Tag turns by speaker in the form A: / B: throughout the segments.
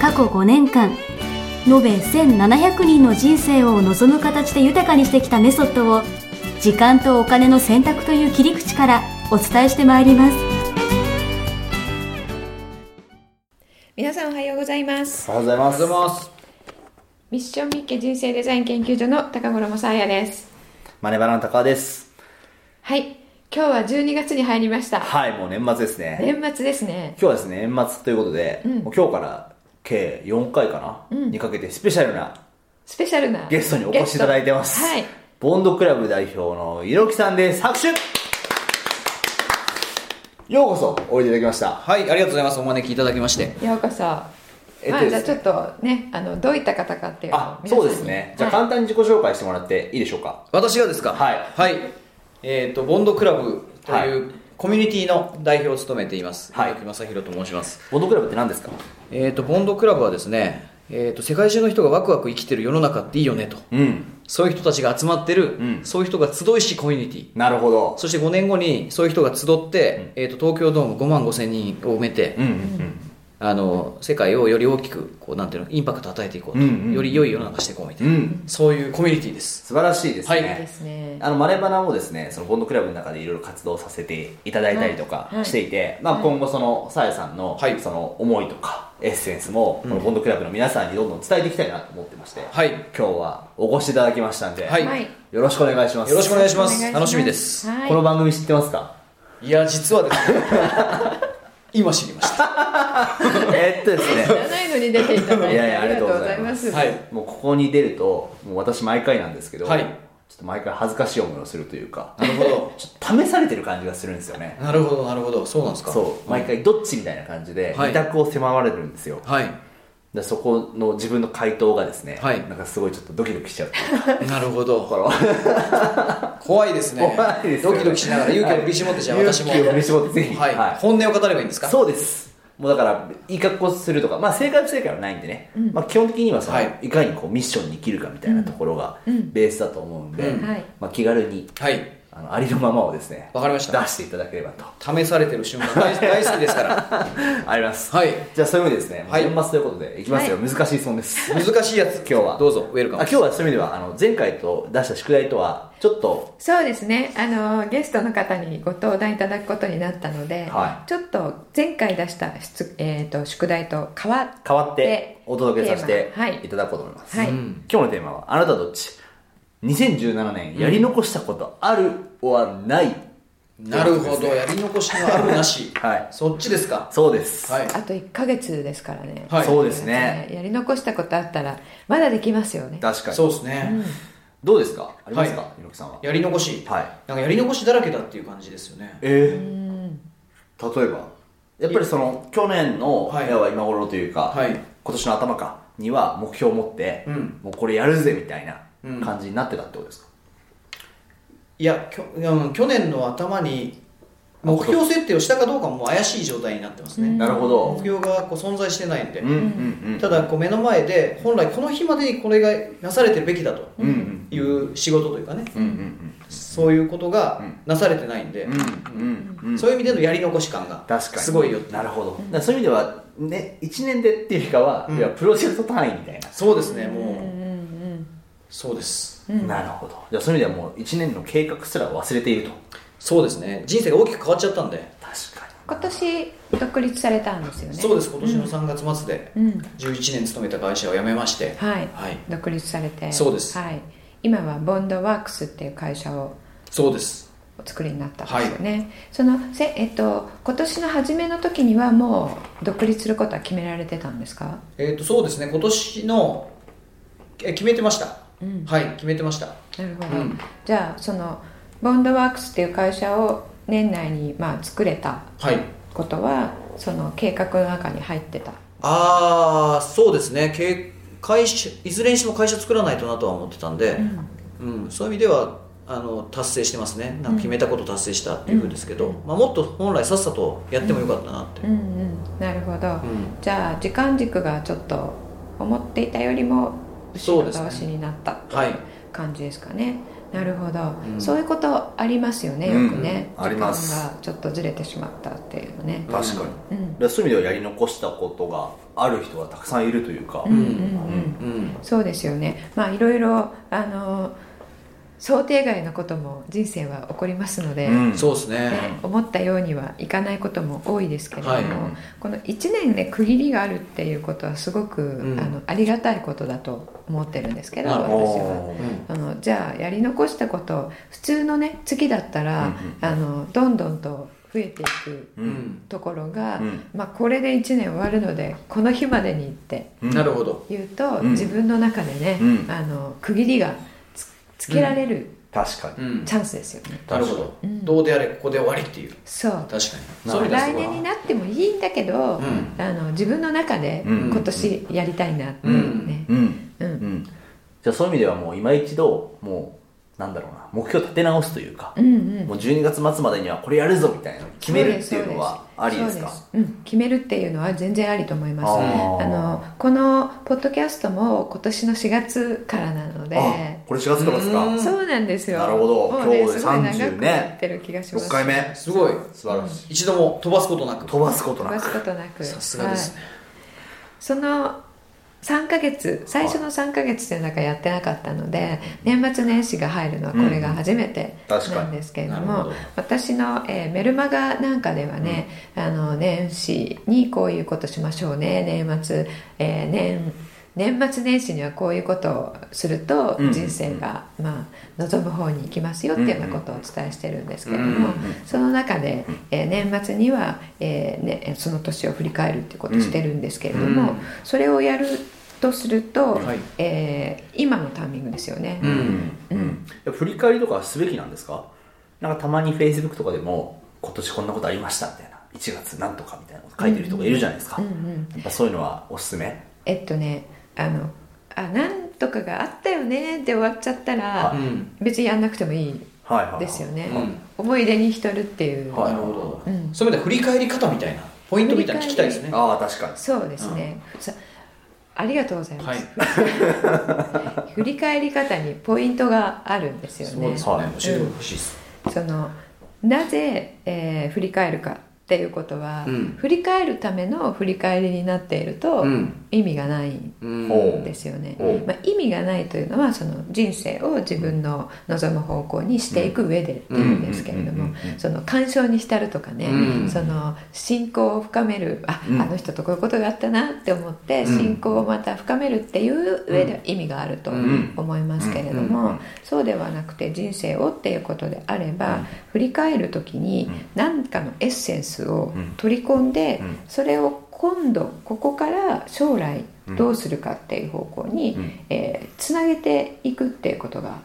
A: 過去5年間延べ1700人の人生を望む形で豊かにしてきたメソッドを時間とお金の選択という切り口からお伝えしてまいります
B: 皆さんおはようございます
C: おはようございます。
B: ミッションミッケ人生デザイン研究所の高頃もさやです
C: マネバラの高尾です。
B: はい今日は12月に入りました
C: はい、もう年末ですね。
B: 年末ですね
C: 今日はですね、年末ということで、もう今日から計4回かな、にかけてスペシャルな
B: スペシャルな
C: ゲストにお越しいただいてます。
B: ゲストはい
C: ボンドクラブ代表の猪木さんです。拍手ようこそおいでいただきました。
D: はい、ありがとうございます。お招きいただきまして。
B: ようこそ、
C: えっ
B: ま
C: と
B: あ、
C: です
B: じゃ
C: ね
B: あちょっとねあのどういった方かっていうのを
C: あ、
B: 皆さん
C: そ
B: に
C: うですね。じゃあ
B: はい
C: 簡単に自己紹介してもらっていいでしょうか。
D: 私がですか。
C: はい
D: はい。えっ、と、ボンドクラブという、コミュニティの代表を務めています。
C: はい
D: 猪木正弘と申します。
C: ボンドクラブって何ですか
D: えっ、と、ボンドクラブはですね、えっ、と、世界中の人がワクワク生きてる世の中っていいよねと。
C: うん。
D: そういう人たちが集まってる、
C: うん
D: そういう人が集いしコミュニティ。
C: なるほど。
D: そして5年後にそういう人が集って、えっ、と、東京ドーム5万5千人を埋めて、
C: うんうん
D: あの、世界をより大きく、こう、なんていうの、インパクトを与えていこうと。
C: うんうんうん
D: より良い世の中していこうみた
C: う
D: い
C: ん。う
D: な。
C: ん。
D: そういうコミュニティです。
C: 素晴らしいですね。
D: はい
B: いいです ね
C: あのマレバナもですねそのボンドクラブの中でいろいろ活動させていただいたりとか
B: はいはい
C: していて、まあ、今後そのさやさんの,、
D: はい
C: その思いとかエッセンスもこのボンドクラブの皆さんにどんどん伝えていきたいなと思ってまして、
D: はい。
C: 今日はお越しいただきましたんで、
D: はい
B: はい
C: よろしくお願いします
D: よろしくお願いします
B: お願
D: 楽しみです
B: はい、
C: この番組知ってますか
D: いや、実はですね、 今知りました。
C: えっとですね
B: 知らないのに出ていただいて
C: いやいや
B: あ
C: あ
B: り
C: り
B: が
C: が
B: とう
C: と
B: ご
C: うご
B: ざ
C: ざ
B: い
C: い
B: ま
C: ますす
D: はい。
C: もうここに出るともう私毎回なんですけど、
D: はい
C: ちょっと毎回恥ずかしい思いをするというか
D: なるほど。
C: ちょっと試されてる感じがするんですよね
D: なるほど、なるほど。そうなんですか。
C: そう毎回どっちみたいな感じで
D: はい
C: 二択を迫られるんですよ、
D: はい。
C: でそこの自分の回答がですね、
D: はい
C: なんかすごいちょっとドキドキしちゃうっていう
D: なる ほ
C: とこ
D: ど。
C: ろ
D: 怖いですね。
C: 怖いですよ
D: ド
C: ね
D: キドキしながら勇気を振り絞っ て、じゃあ私も。
C: 勇気を振り絞ってぜひ、
D: はい。本音を語ればいいん ですか
C: そうですもうだからいい格好するとか、まあ、正解不正解はないんでね、まあ、基本的にはその、、
D: はいい
C: かにこうミッションに生きるかみたいなところがベースだと思うんで、
D: うん
B: はい
C: まあ、気軽に
D: はい。
C: あのありのままをですね
D: わかりました
C: 出していただければと
D: 試されてる瞬間大大好きですから。
C: あります、
D: はい
C: じゃあそういう意味でですね、
D: はい
C: 年末ということでいきますよ、難しい質問です
D: 難しいやつ。
C: 今日は
D: どうぞ、ウェル
C: あ
D: カム。
C: 今日はそういう意味ではあの前回と出した宿題とはちょっと
B: そうですねあのゲストの方にご登壇いただくことになったので、
C: は
B: ちょっと前回出した出、えー、と宿題と変わっ
C: 変わって
B: で
C: お届けさせ
B: テーマはい
C: ていただこうと思います、
B: はい
C: うん今日のテーマは「あなたどっち?」2017年やり残したことあるはない、
D: なるほど。やり残しのあるなし。
C: はい
D: そっちですか。
C: そうです、
D: はい。
B: あと1ヶ月ですからね、
D: はい
C: そうですね
B: やり残したことあったらまだできますよね
C: 確かに
D: そうですね。
C: どうですかありますか、
D: はい
C: 猪木さんは
D: やり残し。
C: はい
D: なんかやり残しだらけだっていう感じですよね。
C: えー、例えばやっぱりその去年の
D: はい
C: 要は今頃というか、
D: はい
C: 今年の頭かには目標を持って、
D: うん
C: もうこれやるぜみたいな感じになってたってことですか、
D: いやきょ、うん、去年の頭に目標設定をしたかどうかも怪しい状態になってますね、
C: なるほ
D: 目
C: ど、
D: 標がこう存在してないんで、
C: うん、うんうん
D: ただこう目の前で本来この日までにこれがなされてるべきだと
C: うんうん
D: いう仕事というかね、
C: うんうん
D: そういうことがなされてないんで、
C: うんうんうんうん
D: そういう意味でのやり残し感が
C: 確かに
D: すごいよ
C: なるほど、だからそういう意味では、ね、1年でっていうよりかは、
D: うん
C: いやプロジェクト単位みたいな、
D: そうですねもう,、そうです
C: なるほどじゃあそういう意味ではもう1年の計画すら忘れていると
D: そうですね人生が大きく変わっちゃったんで、
C: 確かに
B: 今年独立されたんですよね
D: そうです今年の3月末で
B: うん
D: 11年勤めた会社を辞めまして、
B: はい、
D: はい
B: 独立されて
D: そうです
B: はい、今はボンドワークスっていう会社を
D: そうです
B: お作りになったんですよね、そのせ、えっと、今年の初めの時にはもう独立することは決められてたんですか
D: えー、とそうですね、今年のえ決めてました、はい、決めてました、
B: なるほど、
D: うん
B: じゃあそのボンドワークスっていう会社を年内にまあ作れた
D: はい、
B: ことはその計画の中に入ってた
D: ああそうですねけ会社いずれにしても会社作らないとなとは思ってたんで、うんそういう意味ではあの達成してますねなんか決めたこと達成したっていうふうですけど、まあ、もっと本来さっさとやってもよかったなって、
B: うんうんなるほど、
D: うん
B: じゃあ時間軸がちょっと思っていたよりも後ろ倒しになったって
D: はいいう
B: 感じですかね、なるほど、
D: うん
B: そういうことありますよねよくね、
C: うんうんあります
B: 時間がちょっとずれてしまったっていうのね、
C: 確かに、
B: うん
C: だからそういう意味ではやり残したことがある人がたくさんいるというか、
B: うんうんうん
D: うん
B: そうですよねまあいろいろあの想定外のことも人生は起こりますので、
C: うん
D: そうですね
B: ね思ったようにはいかないことも多いですけれども、
D: はい
B: この1年ね区切りがあるっていうことはすごく、
D: うん
B: あのありがたいことだと思ってるんですけど
D: なる
B: 私
D: ほ
B: は。
C: おー
D: うん
B: あのじゃあやり残したこと普通のね月だったら、
C: うんうん
B: あのどんどんと増えていく
C: う
D: うんん
B: ところが、
C: うん
B: まあ、これで1年終わるのでこの日までにって
C: うん
D: なるほど
B: 言うと、
C: うん
B: 自分の中でね、
C: うん
B: あの区切りがつつけられる
C: 確かに、
D: うん
B: チャンスですよね。
D: なるほど、
B: うん
D: どうであれここで終わりっていう
B: そう
D: 確かに
C: な
D: そういう意味では
B: 来年になってもいいんだけど、
D: うん
B: あの自分の中で
C: うん
B: 今年やりたいなっていうね、
C: うん
B: うん
C: うん、じゃあそういう意味ではもう今一度もうなんだろうな目標立て直すというか、
B: うんうん
C: もう12月末までにはこれやるぞみたいなのを決めるっていうのはありですか
B: そうですうん、決めるっていうのは全然ありと思います
C: あ
B: あ
C: ー
B: のこのポッドキャストも今年の4月からなので
C: あこれ4月からですか
D: うん
B: そうなんですよ
C: なるほど
B: もうね
C: 今日です
B: ごい長
C: 30
B: く
C: ね
B: やってる気がします
C: 6回目
D: すごい
C: 素晴らしい、
D: 一度も飛ばすことなく
C: 飛ばすこと
B: 飛
C: な
B: ばすこ
C: く
B: となく
D: さすがですね、
B: その3ヶ月最初の3ヶ月という中やってなかったので年末年始が入るのはこれが初めて
C: うん確かに
B: なんですけれど
D: なる
B: も、
D: ほど
B: 私の、えーメルマガなんかではね、あの年始にこういうことしましょうね年末、えー年年末年始にはこういうことをすると
C: うん
B: 人生が、まあ、望む方に行きますよっていうようなことをお伝えしてるんですけれども、
D: うんうん
B: その中で、えー年末には、えーね、その年を振り返るっていうことをしてるんですけれども、
D: うん
B: それをやるとすると、
D: はい
B: えー今のタイミングですよね、
C: うんうん振り返りとかすべきなんですかなんかたまに Facebook とかでも今年こんなことありましたみたいな1月なんとかみたいなこと書いてる人がいるじゃないですか、
B: うんうん
C: やっぱそういうのはおすすめ
B: えっとねあのあなんとかがあったよねで終わっちゃったら、
D: うん
B: 別にやんなくてもいい
C: はいはいはい
B: ですよね、
D: うん
B: 思い出に浸るっていう、
C: はい
D: なるほど、
B: うん
D: そういう意味では振り返り方みたいなポイントみたいなの聞きたいですね
C: ああ確かに
B: そうですね、さありがとうございます、振り返り方にポイントがあるんですよね
D: そうです
C: よね
D: ね、教えてほしいです、
B: そのなぜ、えー振り返るかっていうことは、
D: うん
B: 振り返るための振り返りになっていると、
D: ん
B: 意味がないん
D: うん
C: おう
B: ですよね
C: おう、
B: まあ、意味がないというのはその人生を自分の望む方向にしていく上でっていうんですけれど
C: うんうん
B: も
C: うんうんうん
B: その感傷に浸るとかね、
D: うん
B: その信仰を深めるあ、
C: うん
B: あの人とこういうことがあったなって思って
D: うん
B: 信仰をまた深めるっていう上では意味があると
D: うん
B: 思いますけれど
D: うん
B: もそうではなくて人生をっていうことであれば振り返る時に何かのエッセンスを取り込んで
C: うん
B: それを今度ここから将来どうするかっていう方向に
C: うん
B: えーつなげていくっていうことが
C: ま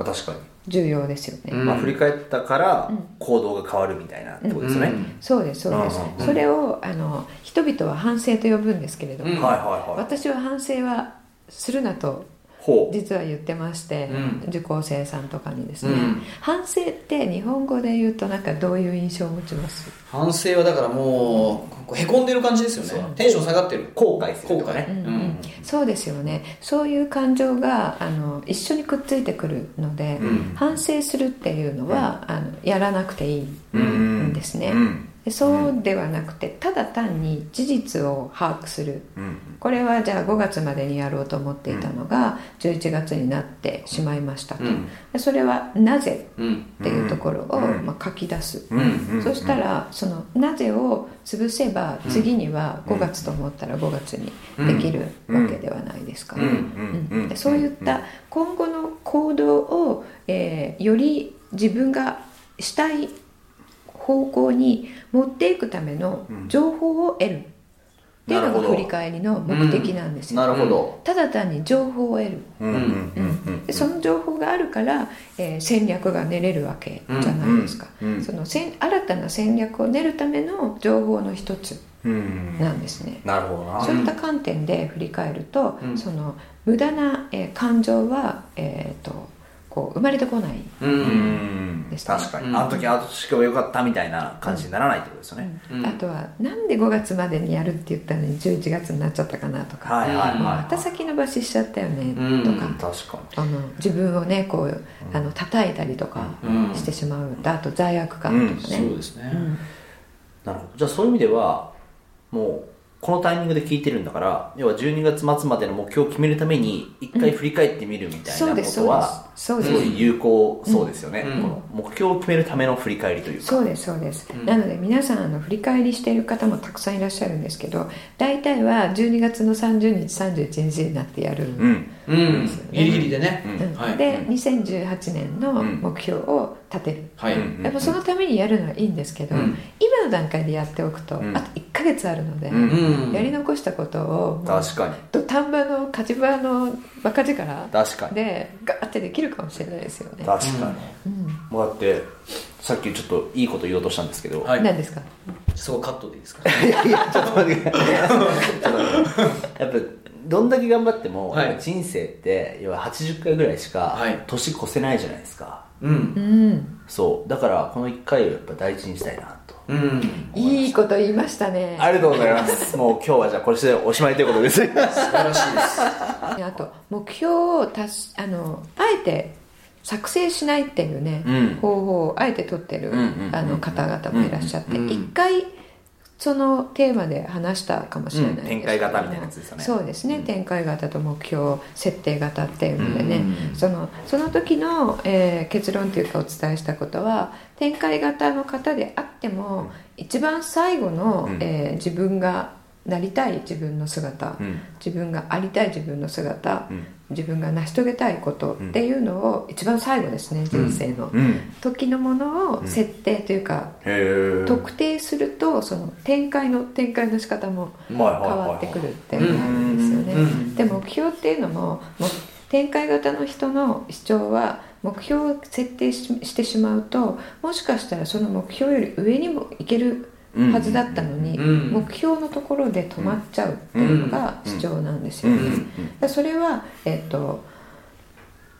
C: あ確かに、
B: 重要ですよね。
D: うん
C: まあ、振り返ったから
B: うん
C: 行動が変わるみたいなってことですよね、
B: そうですそうです
C: うんうんうん
B: それをあの人々は反省と呼ぶんですけれども、
D: うん
C: はいはいはい
B: 私は反省はするなと
C: ほう
B: 実は言ってまして、
D: うん
B: 受講生さんとかにですね、
D: うん
B: 反省って日本語で言うとなんかどういう印象を持ちます
D: 反省はだからもうこうへこんでる感じですよねテンション下がってる
C: 後悔する
D: 後
C: とか
D: 悔
C: ね、
D: うん
B: そうですよねそういう感情があの一緒にくっついてくるので、
D: ん
B: 反省するっていうのは、あのやらなくていいんですね、
C: うん
B: でそうではなくてただ単に事実を把握する
C: うん
B: これはじゃあ5月までにやろうと思っていたのが11月になってしまいましたと、
D: うん
B: でそれはなぜ
D: うん
B: っていうところを、
C: うん
B: まあ、書き出す、
C: うんうんうん
B: そしたらそのなぜを潰せば次には5月と思ったら5月にできるわけではないですか、
C: うんうんうん
B: でそういった今後の行動を、えーより自分がしたい方向に持っていくための情報を得るっていう
C: なる
B: の
C: ほ
B: が
C: ど
B: 振り返りの目的なんですよ、
C: なるほど、
B: ただ単に情報を得る
C: うんうんうん
B: でその情報があるから、えー戦略が練れるわけじゃないですか、
C: うんうんうん
B: その戦新たな戦略を練るための情報の一つ
C: うん
B: なんですね。
C: なるほどな
B: そういった観点で振り返ると、
D: うん
B: その無駄な、えー感情は、えー、とこう生まれてこない、
D: う
C: うんん
B: ですね
C: 確か
D: う
C: に
D: ん
C: あの時あの時しかよかったみたいな感じにならないってことですよね
D: うん
B: あとはなんで5月までにやるって言ったのに11月になっちゃったかなとか、
C: はいはいはい
B: また先延ばししちゃったよねとか、
D: うん
C: 確か
B: あの自分をねこうあの叩いたりとか
D: うん
B: してしまうと、あと罪悪感とかね、
D: そうですね、
C: になるほどじゃあそういう意味ではもうこのタイミングで聞いてるんだから要は12月末までの目標を決めるために一回振り返ってみるみたい
B: そう
C: なこ
B: です
C: と
B: そうで
C: は
B: すそう
C: す
B: です、
C: ごい有効そうですよね、
D: うん
C: この目標を決めるための振り返りというか
B: そうですそうです、
D: うん
B: なので皆さんあの振り返りしている方もたくさんいらっしゃるんですけど大体は12月の30日31日になってやる、
C: うん
D: うん
B: そうですよね
D: ギリギリでね、
B: うん
D: はい
B: で2018年の目標を立てる、
D: はい、
C: うん
B: やっぱそのためにやるのはいいんですけど、
D: うん
B: 今の段階でやっておくと、
C: うん
B: あと1ヶ月あるので、
C: うん
D: うん
B: やり残したことを
C: 確かに
B: と丹波の火事場のバカ力
C: 確かに
B: でガーってできるかもしれないですよね、
C: 確かに、
B: うん、
C: もうだってさっきちょっといいこと言おうとしたんですけど、
D: はい
B: 何ですか
D: そこカットでいいですか
C: いやいやちょっと待ってくださいやっぱどんだけ頑張っても、
D: はい
C: やっぱ人生って要は80回ぐらいしか
D: はい
C: 年越せないじゃないですか、
D: うん
B: うん
C: そうだからこの1回をやっぱ大事にしたいなと、
D: うん
B: いいこと言いましたね
C: ありがとうござい ますもう今日はじゃあこれでおしまいということです
D: 素晴らしいです
B: あと目標を達しあのあえて作成しないっていうね、
C: うん
B: 方法をあえて取ってる、
C: うんうんうん
B: あの方々もいらっしゃって
D: うんうん
B: 一、回そのテーマで話したかもしれないですけども
C: うん展開型みたいなやつですよね
B: そうですね、
C: うん
B: 展開型と目標設定型っていうのでね、
C: うん
B: そのその時の、えー結論というかお伝えしたことは展開型の方であっても、一番最後の、
C: うん
B: えー自分がなりたい自分の姿、
C: うん
B: 自分がありたい自分の姿、
C: うん
B: 自分が成し遂げたいことっていうのを一番最後ですね、人生の、
C: うんへ
B: 時のものを設定というか、
C: え
B: 特定するとその展開の展開の仕方も
C: 変
B: 変わってくるっていうのがあるんですよ
D: うんう
B: ね
D: んうん
B: で目標っていうのももう展開型の人の主張は目標を設定ししてしまうともしかしたらその目標より上にもいけるはずだったのに、
D: うん
B: 目標のところで止まっちゃうっていうのが主張なんです
C: う
B: よ
C: ん
B: ね。
C: うんうん
B: だからそれは、えっと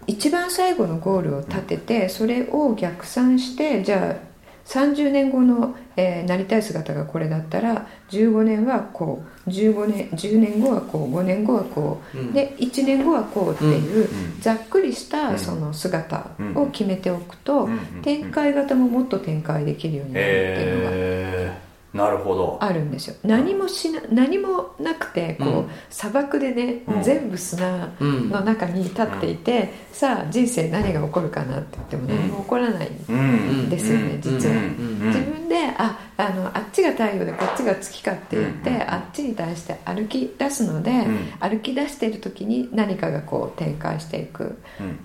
B: 一番最後のゴールを立ててそれを逆算してじゃあ30年後の、えーなりたい姿がこれだったら15年はこう15年10年後はこう5年後はこう、
D: うん
B: で1年後はこうっていう、
C: うん
B: ざっくりし
C: う
B: た
C: ん
B: その姿を決めておくと、
C: うん
B: 展開型ももっと展開できるようになるっていうのが
C: へえなるほど
B: あるんですよ何もしな何もなくてこう、
D: うん
B: 砂漠でね、
C: うん
B: 全部砂
D: うん
B: の中に立っていて、さあ人生何が起こるかなって言っても何も起こらない、
C: うん
B: ですよね
C: うん
B: 実は
C: うんうん
B: 自分でああのあっちが太陽でこっちが月かって言って、
C: うん
B: あっちに対して歩き出すので、
C: ん
B: 歩き出してる時に何かがこう展開していく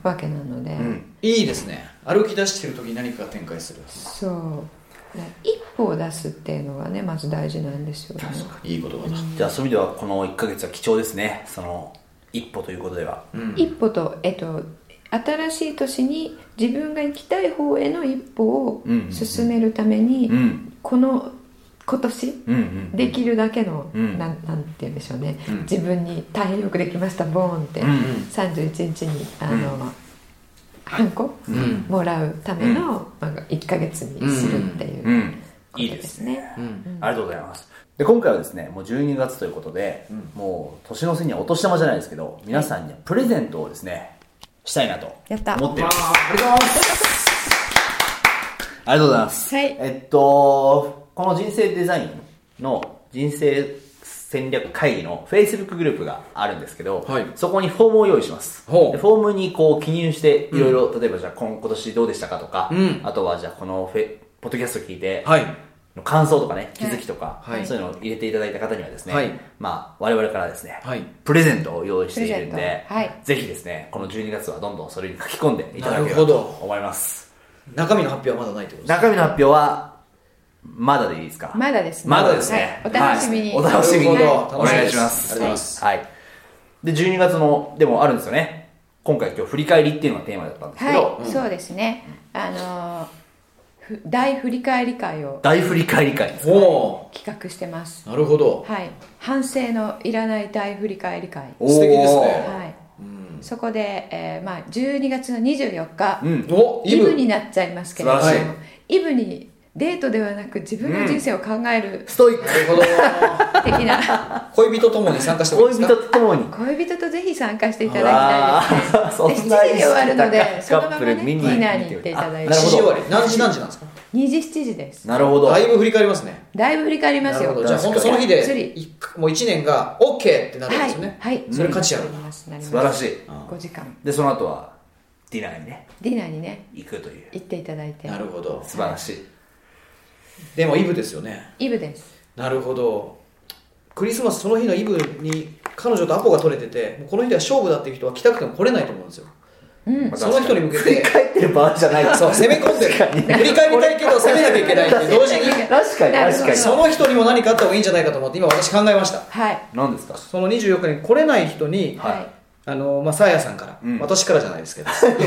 B: わけなので、
C: うん
D: いいですね歩き出してる時に何かが展開する
B: そうだから一歩を出すっていうのがねまず大事なんですよね。
D: いい言葉だ
C: じゃあそういう意味ではこの1か月は貴重ですねその一歩ということでは
D: うん
B: 一歩と、えっと、新しい年に自分が行きたい方への一歩を
C: うん
B: 進めるために、
C: うん
B: この今年
C: うんうん
B: できるだけの、
C: うん
B: なんなんて言うんでしょうね、
D: うん
B: 自分に大変よくできましたボーンって、
C: うんうん
B: 31日にあの、ハンコ、
D: ん
B: もらうための、まあ、1ヶ月にするっていう、
C: うん
B: こと
C: いいですね
B: ね
D: うん
C: ありがとうございます。で、今回はですね、もう12月ということで、もう年の瀬にはお年玉じゃないですけど、皆さんにはプレゼントをですね、したいなと
B: やった
C: 思ってい
D: あ
C: ます。
D: ーありがとうございます
C: ありがとうございます。
B: はい
C: えっと、この人生デザインの人生戦略会議の Facebook グループがあるんですけど、
D: はい
C: そこにフォームを用意します。
D: ほう
C: でフォームにこう記入して、いろいろ、例えばじゃあ今今年どうでしたかとか、
D: うん
C: あとはじゃあこのフェポッドキャスト聞いて、
D: はい
C: の感想とかね、気づきとか、
D: はい
C: そういうのを入れていただいた方にはですね、
D: はい
C: まあ、我々からですね、
D: はい
C: プレゼントを用意しているん
B: プレ
C: で
B: ゼン、トはい
C: ぜひですね、この12月はどんどんそれに書き込んでいただけれ
D: なるほ
C: ば
D: ど
C: と思います。
D: 中身の発表はまだないってことです
C: 中身の発表は、まだでいいですか
B: まだですね
C: まだですね。
B: はいお楽しみに
C: はいお楽しみに。
B: なる
D: ほど
C: お願いします。
D: 楽しみです
C: はい。で、12月の、でもあるんですよね。今回今日振り返りっていうのがテーマだったんですけど、
B: はい、そうですね。あのーふ大振り返り会を
C: 大振り返り会です
D: おお
B: 企画してます
D: ーなるほど
B: はい反省のいらない大振り返り会
C: おー
D: 素敵ですね
B: はい
D: うん
B: そこで、えーまあ、12月の24日、
C: うん
D: おイ
B: イ
D: ブ
B: ブになっちゃいますけれども、
C: 素晴
D: らし
B: イブにデートではなく自分の人生を考える
C: ストイッ
D: なる
C: ク
D: ほど
B: 的な、
D: 恋人ともに参加してもいい
C: 恋
D: です
C: 人
D: か
C: と共に
B: 恋人とぜひ参加していただ
C: あ
B: きたいですね
C: あーそんな
B: で7時に終わるので
C: カップル
B: そのままね
C: 見に
B: ディナーに行っていただいて
C: あなる
D: 7
C: ほ
D: 時終
C: ど
D: わり何時何時なんですか
B: 2時7時です
C: なるほど
D: だいぶ振り返りますね
B: だいぶ振り返りま
D: な
B: す
D: る
B: よ
D: ほどじゃあ
C: 確かに
D: 本当その日
B: がっつ
D: で
B: り
D: いもう1年が OK ってなるんで
B: は
D: すよね
B: い、はい、
D: それ価値ある
B: なりますなります
C: 素晴らしい
B: 5時間
C: でその後はディナーにね
B: ディナーにね
C: 行くという
B: 行っていただいて
D: なるほど
C: 素晴らしい
D: でもイブですよね
B: イブです
D: なるほどクリスマスその日のイブに彼女とアポが取れててもうこの日では勝負だっていう人は来たくても来れないと思うんですよ
B: うん
C: まあ
D: その人に向けて
C: 振り返ってる場合じゃない
D: そう攻め込んでる振り返りたいけど攻めなきゃいけないって同 時に
C: 確かに
B: なるほど
C: 確かに
D: その人にも何かあった方がいいんじゃないかと思って今私考えました
B: はい
C: 何ですか
D: その24日に来れない人に
C: はい
B: はい
D: あのまあ、サーヤさんから、
C: うん
D: 私からじゃないですけど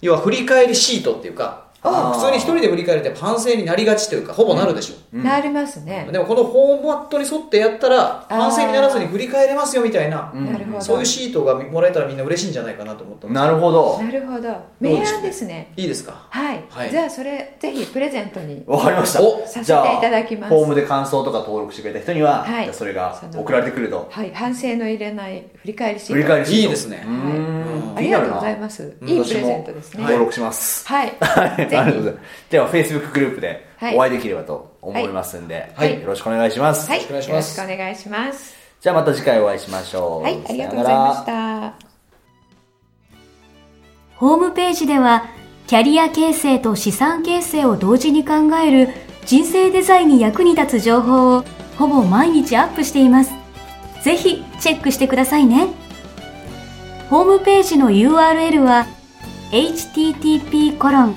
D: 要は振り返りシートっていうか
C: あー
D: 普通に一人で振り返るって反省になりがちというかほぼなるでし
C: う
D: ょ、
C: ん
B: なりますね
D: でもこのフォーマットに沿ってやったら
B: ー
D: 反省にならずに振り返れますよみたいな、
C: うん
B: なるほど
D: そういうシートがもらえたらみんな嬉しいんじゃないかなと思ったの
C: なるほど
B: なるほど
D: どう
B: 明
D: でしょう
B: 暗ですね
D: いいですか
B: はい、
D: はい
B: じゃあそれぜひプレゼントに
C: わかりました
D: お
B: させ
C: じゃあ
B: ていただきます
C: フォームで感想とか登録してくれた人には、
B: はい
C: じゃあそれが送られてくると
B: はい反省の入れない振り返りシート
C: 振り返りシート
D: いいですね
C: うーん
B: ありがとうご
C: 気
B: ざ
C: に
B: い
C: なるな
B: ます
D: うん
B: いいプ
C: 私
B: レ
C: も
B: ゼントですね
C: 登録します
B: はい
C: はい、あ りがとうござい
B: ぜ
C: ます。では、Facebook グループで
B: はい
C: お会いできればと思いますんで、
B: はい
C: よろしくお願いします。
B: ひはい
D: よろしく
B: よ
D: お願い
B: ろ
D: しま
B: し
D: す
B: くお願いします
C: じゃあ、また次回お会いしましょう。
B: はいありがとうご
C: さ
B: ざい
C: よなら
B: ました
A: ホームページでは、キャリア形成と資産形成を同時に考える人生デザインに役に立つ情報をほぼ毎日アップしています。ぜひチェックしてくださいね。ホームページの URL は http コロン